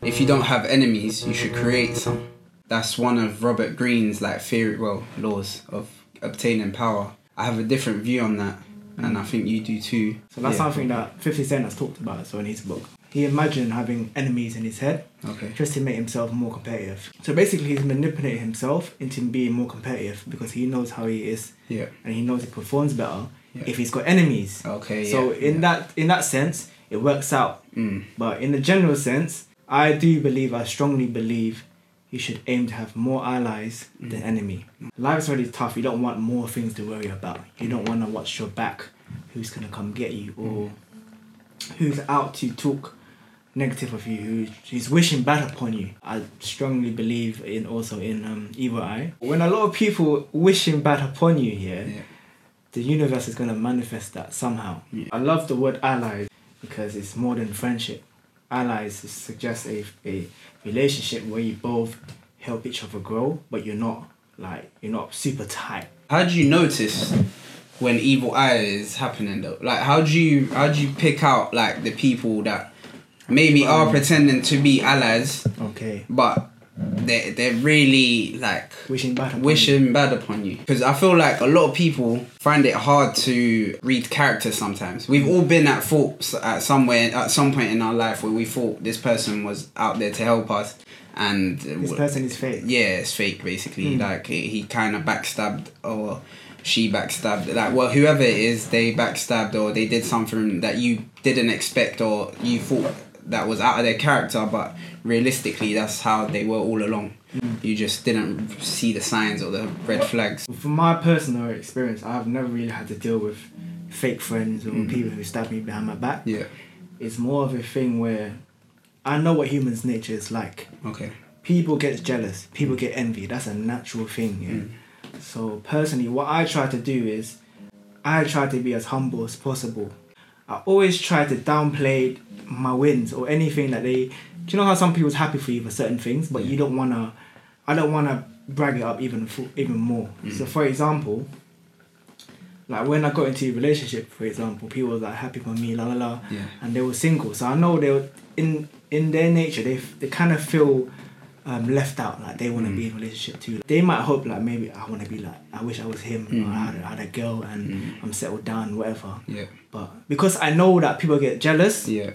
If you don't have enemies, you should create some. That's one of Robert Greene's like theory, well, laws of obtaining power. I have a different view on that, and I think you do too. So that's Yeah. something that 50 Cent has talked about as well in his book. He imagined having enemies in his head Okay. just to make himself more competitive. So basically, he's manipulating himself into being more competitive because he knows how he is Yeah. and he knows he performs better Yeah. if he's got enemies. Okay. so yeah, in yeah. that in that sense, it works out. Mm. But in the general sense, I do believe, I strongly believe, you should aim to have more allies than enemy. Life's already tough. You don't want more things to worry about. You don't want to watch your back. Who's gonna come get you or who's out to talk negative of you? Who, who's wishing bad upon you? I strongly believe in also in um, evil eye. When a lot of people wishing bad upon you here, Yeah. the universe is going to manifest that somehow. Yeah. I love the word allies because it's more than friendship. Allies suggests a, a relationship where you both help each other grow, but you're not like you're not super tight. How do you notice when evil eye is happening though? Like how do you how do you pick out like the people that maybe are pretending to be allies Okay, but they they're really like wishing bad. upon you. wishing bad upon you because i feel like a lot of people find it hard to read characters sometimes we've all been at fault at somewhere at some point in our life where we thought this person was out there to help us and This person is fake. yeah it's fake basically Mm. like he, he kind of backstabbed or she backstabbed like well whoever it is they backstabbed or they did something that you didn't expect or you thought that was out of their character but realistically that's how they were all along you just didn't see the signs or the red flags From my personal experience, I've never really had to deal with fake friends or people who stab me behind my back. yeah It's more of a thing where I know what humans' nature is like. okay people get jealous people get envy that's a natural thing yeah? so personally what i try to do is i try to be as humble as possible i always try to downplay my wins or anything that they do you know how some people's happy for you for certain things but you don't want to i don't want to brag it up even fo- even more so for example like when i got into a relationship for example people were like happy for me la la la Yeah. and they were single so i know they were in in their nature they they kind of feel um, left out. Like they want to Mm. be in a relationship too. They might hope like maybe I want to be like I wish I was him. Or I Mm. had, I had a girl and I'm settled down, whatever. yeah But because I know that people get jealous, yeah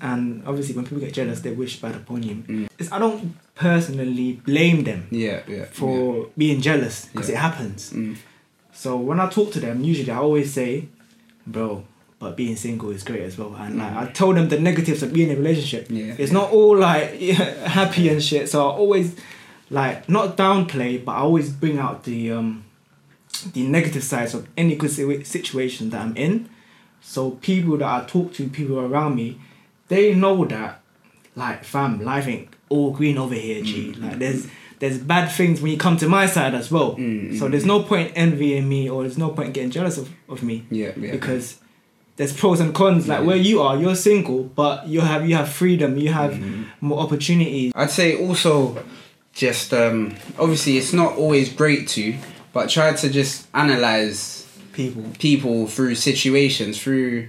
and obviously when people get jealous, they wish bad upon you. Mm. It's, I don't personally blame them yeah yeah for being jealous because Yeah. it happens. Mm. So when I talk to them, usually I always say, "Bro." But being single is great as well, and like I told them the negatives of being in a relationship. Yeah. It's not all like happy and shit. So I always like not downplay, but I always bring out the um the negative sides of any good situ- situation that I'm in. So people that I talk to, people around me, they know that like fam, life ain't all green over here, G. Like there's there's bad things when you come to my side as well. So there's no point envying me or there's no point getting jealous of, of me. yeah yeah Because there's pros and cons. Like where you are, you're single, but you have you have freedom, you have more opportunities. I'd say also just um, obviously it's not always great to, but try to just analyze People. people through situations, through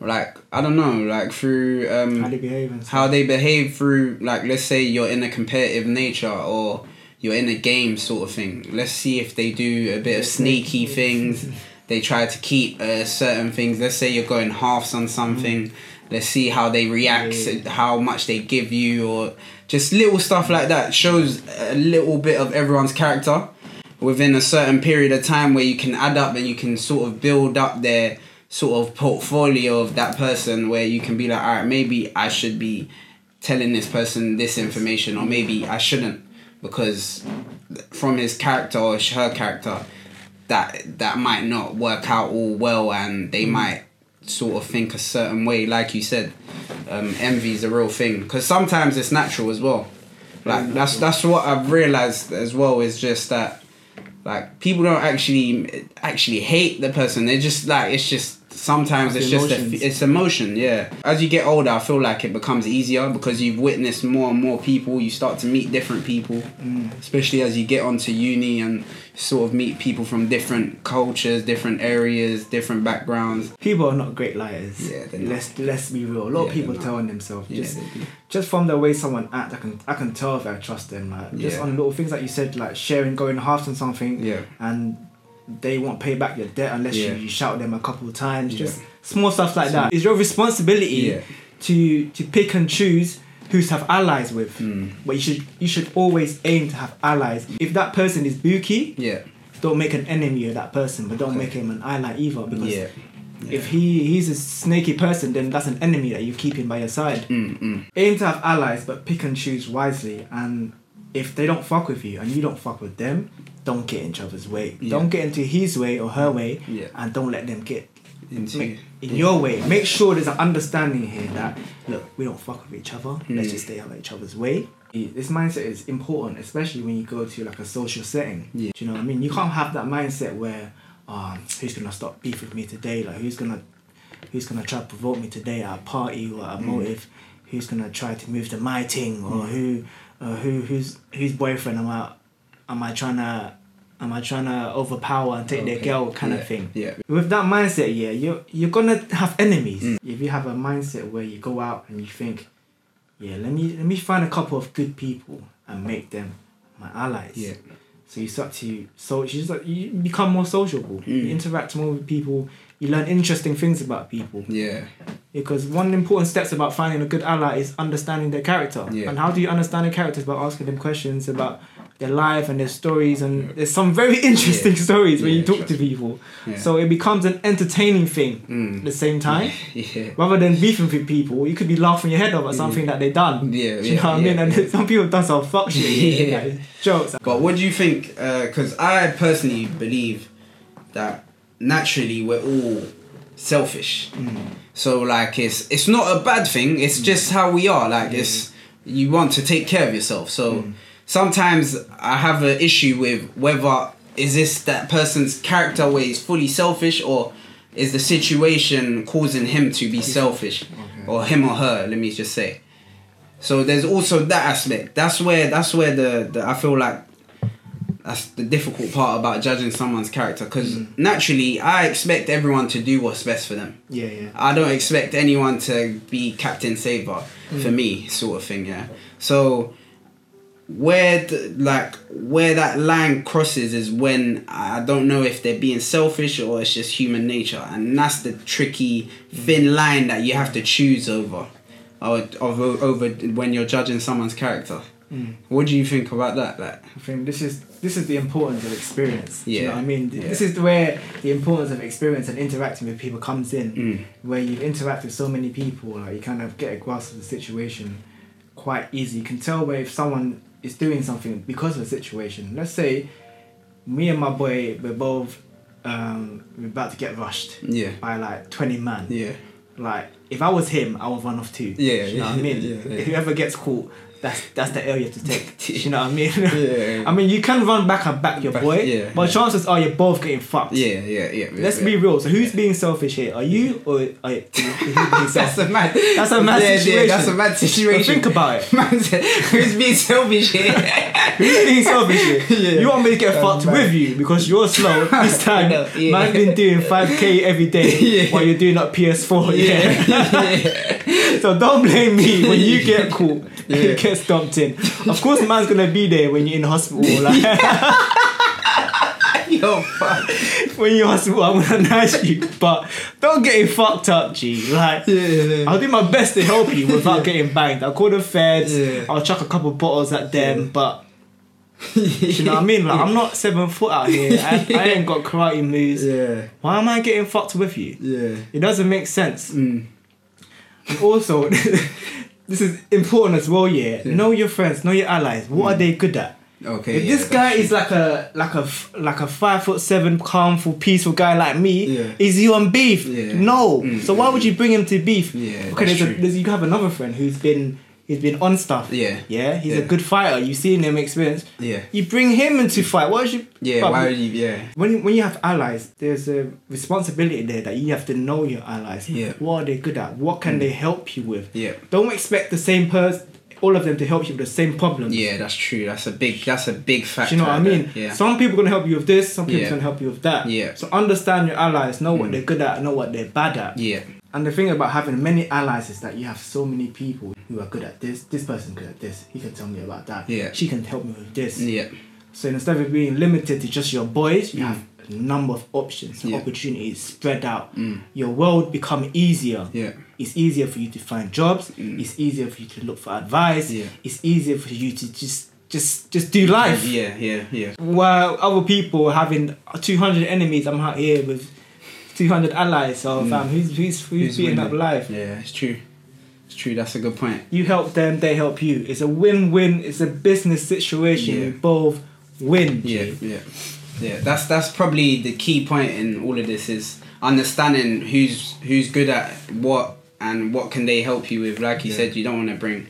like I don't know, like through um, How they behave and stuff. how they behave through like let's say you're in a competitive nature or you're in a game sort of thing let's see if they do a bit of sneaky things they try to keep uh, certain things let's say you're going halves on something let's see how they react how much they give you or just little stuff like that shows a little bit of everyone's character within a certain period of time where you can add up and you can sort of build up their sort of portfolio of that person where you can be like, all right, maybe I should be telling this person this information or maybe I shouldn't because from his character or sh- her character that that might not work out all well and they might sort of think a certain way like you said um, envy is a real thing because sometimes it's natural as well like that's that's what I've realized as well is just that like people don't actually actually hate the person. They just like it's just sometimes it's It's the just a, emotions. it's emotion yeah as you get older i feel like it becomes easier because you've witnessed more and more people you start to meet different people especially as you get onto uni and sort of meet people from different cultures different areas different backgrounds People are not great liars. Yeah, they're not. let's let's be real. A lot Yeah, of people they're not. tell on themselves. Yeah, just they do. just from the way someone act, I can I can tell if I trust them. Like just Yeah. on little things like you said, like sharing, going halves on something, Yeah. and they won't pay back your debt unless Yeah. you, you shout them a couple of times. Yeah. Just small stuff like that. It's your responsibility Yeah. to to pick and choose who to have allies with. Hmm. But you should you should always aim to have allies. If that person is bookie, yeah don't make an enemy of that person, but don't make him an ally either. Because yeah if he he's a snaky person, then that's an enemy that you keep him by your side. mm, mm. Aim to have allies, but pick and choose wisely. And if they don't fuck with you and you don't fuck with them, don't get in each other's way. Yeah. Don't get into his way or her way, Yeah. and don't let them get into make, in your way. Make sure there's an understanding here that look, we don't fuck with each other. Let's Mm. just stay out of each other's way. This mindset is important, especially when you go to like a social setting. Yeah. Do you know what I mean? You can't have that mindset where, um, who's gonna stop beef with me today? Like who's gonna, who's gonna try to provoke me today at a party or at Mm. a motive? Who's gonna try to move to my thing or who, or who who's whose boyfriend am I, am I trying to, am I trying to overpower and take their Okay. girl kind Yeah, of thing? yeah Mm. with that mindset, yeah, you you're gonna have enemies. If you have a mindset where you go out and you think, yeah, let me let me find a couple of good people and make them my allies. Yeah. So you start to so you start, you become more sociable. You Mm. interact more with people. You learn interesting things about people yeah because one important steps about finding a good ally is understanding their character. Yeah. And how do you understand their characters by asking them questions about their life and their stories? And there's some very interesting Yeah. stories when Yeah, you talk to trust people. Yeah. So it becomes an entertaining thing Mm. at the same time. yeah Rather than beefing with people, you could be laughing your head off at something that they done. Yeah, Do you yeah, know what I yeah, mean? And yeah. some people have done some fuck shit. Yeah. like, jokes. But what do you think? Because I personally believe that naturally we're all selfish. Mm. So like it's it's not a bad thing. It's just how we are. Like Mm. it's you want to take care of yourself. So sometimes I have an issue with whether is this that person's character where he's fully selfish or is the situation causing him to be selfish or him or her? Let me just say. So there's also that aspect. That's where that's where the, the I feel like that's the difficult part about judging someone's character because naturally I expect everyone to do what's best for them. yeah, yeah. I don't expect anyone to be Captain Saver Hmm. for me, sort of thing. Yeah. So where the, like where that line crosses is when I don't know if they're being selfish or it's just human nature, and that's the tricky Hmm. thin line that you have to choose over, or, over, over when you're judging someone's character. Hmm. What do you think about that? Like, I think this is this is the importance of experience. Do you Yeah. know what I mean? Yeah. This is where the importance of experience and interacting with people comes in, Mm. where you've interacted with so many people, like you kind of get a grasp of the situation quite easy. You can tell where if someone is doing something because of the situation. Let's say me and my boy, we're both um, we're about to get rushed yeah, by like twenty man. yeah, Like if I was him, I would run off too. Yeah, Do you know yeah, what I mean. yeah, yeah. If Whoever gets caught, that's that's the area to take. Do you know what I mean? Yeah. I mean, you can run back and back your Back, boy, yeah, but yeah. chances are you're both getting fucked. yeah, yeah, yeah. Let's be real. So who's being selfish here? Are you or are you being That's selfish? a mad. That's a mad Yeah, yeah, situation. that's a mad But situation. think about it. Man said, who's being selfish here? Who's being selfish here? Yeah. You want me to get That's fucked mad. with you because you're slow this time. know, yeah. Man's been doing 5k every day Yeah. while you're doing up PS4. Oh, yeah. yeah. So don't blame me when you get caught and Yeah. you get stomped in. Of course, man's gonna be there when you're in hospital. Like, Yo, fuck. when you're in hospital, I'm gonna nurse you. But don't get it fucked up, G. Like, Yeah. I'll do my best to help you without getting banged. I'll call the feds. Yeah. I'll chuck a couple bottles at them. But you know what I mean? Like, I'm not seven foot out here. I, I ain't got karate moves. Yeah. Why am I getting fucked with you? Yeah. It doesn't make sense. Mm. And also, this is important as well. Yeah, know your friends, know your allies. What Mm. are they good at? Okay. If yeah, this guy that's is like a like a f- like a five foot seven calmful peaceful guy like me, Yeah. is he on beef? Yeah. No. Mm, so why would you bring him to beef? Yeah, Okay, that's there's a, true. there's, you have another friend who's been He's been on stuff. Yeah. Yeah, he's a Yeah. good fighter. You've seen him experience. Yeah. You bring him into fight. What should Yeah. But Why would you? Yeah. when when you have allies, there's a responsibility there that you have to know your allies. Yeah. Mm. What are they good at? What can they help you with? Yeah. Don't expect the same person, all of them, to help you with the same problem. Yeah. That's true. That's a big. That's a big factor. Do you know what I there. mean? Yeah. Some people gonna help you with this. Some people Yeah. gonna help you with that. Yeah. Mm. So understand your allies. Know what they're good at. Know what they're bad at. yeah. And the thing about having many allies is that you have so many people who are good at this. This person's good at this. He can tell me about that. Yeah. She can help me with this. Yeah. Mm. So instead of being limited to just your boys, you have a number of options and Yeah. Mm. opportunities spread out. Your world become easier. Yeah. Mm. It's easier for you to find jobs. It's easier for you to look for advice. Yeah. It's easier for you to just just just do life. Yeah. Yeah. Yeah. While other people having two hundred enemies, I'm out here with two hundred allies. So fam, who's who's who's, Hmm. Who's beating up winning? life? Yeah. It's true. It's true. That's a good point. You help them, they help you. It's a win-win. It's a business situation. Yeah. You both win. Yeah, G. yeah, yeah. That's that's probably the key point in all of this is understanding who's who's good at what and what can they help you with. Like you Yeah. said, you don't want to bring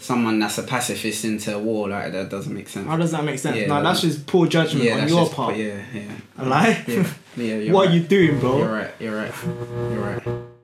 someone that's a pacifist into a war. Like that doesn't make sense. How does that make sense? Yeah, no, that- that's just poor judgment yeah, on that's your just- part. Yeah, yeah. A lie? Yeah, yeah, you're what right. are you doing, bro? You're right. You're right. You're right.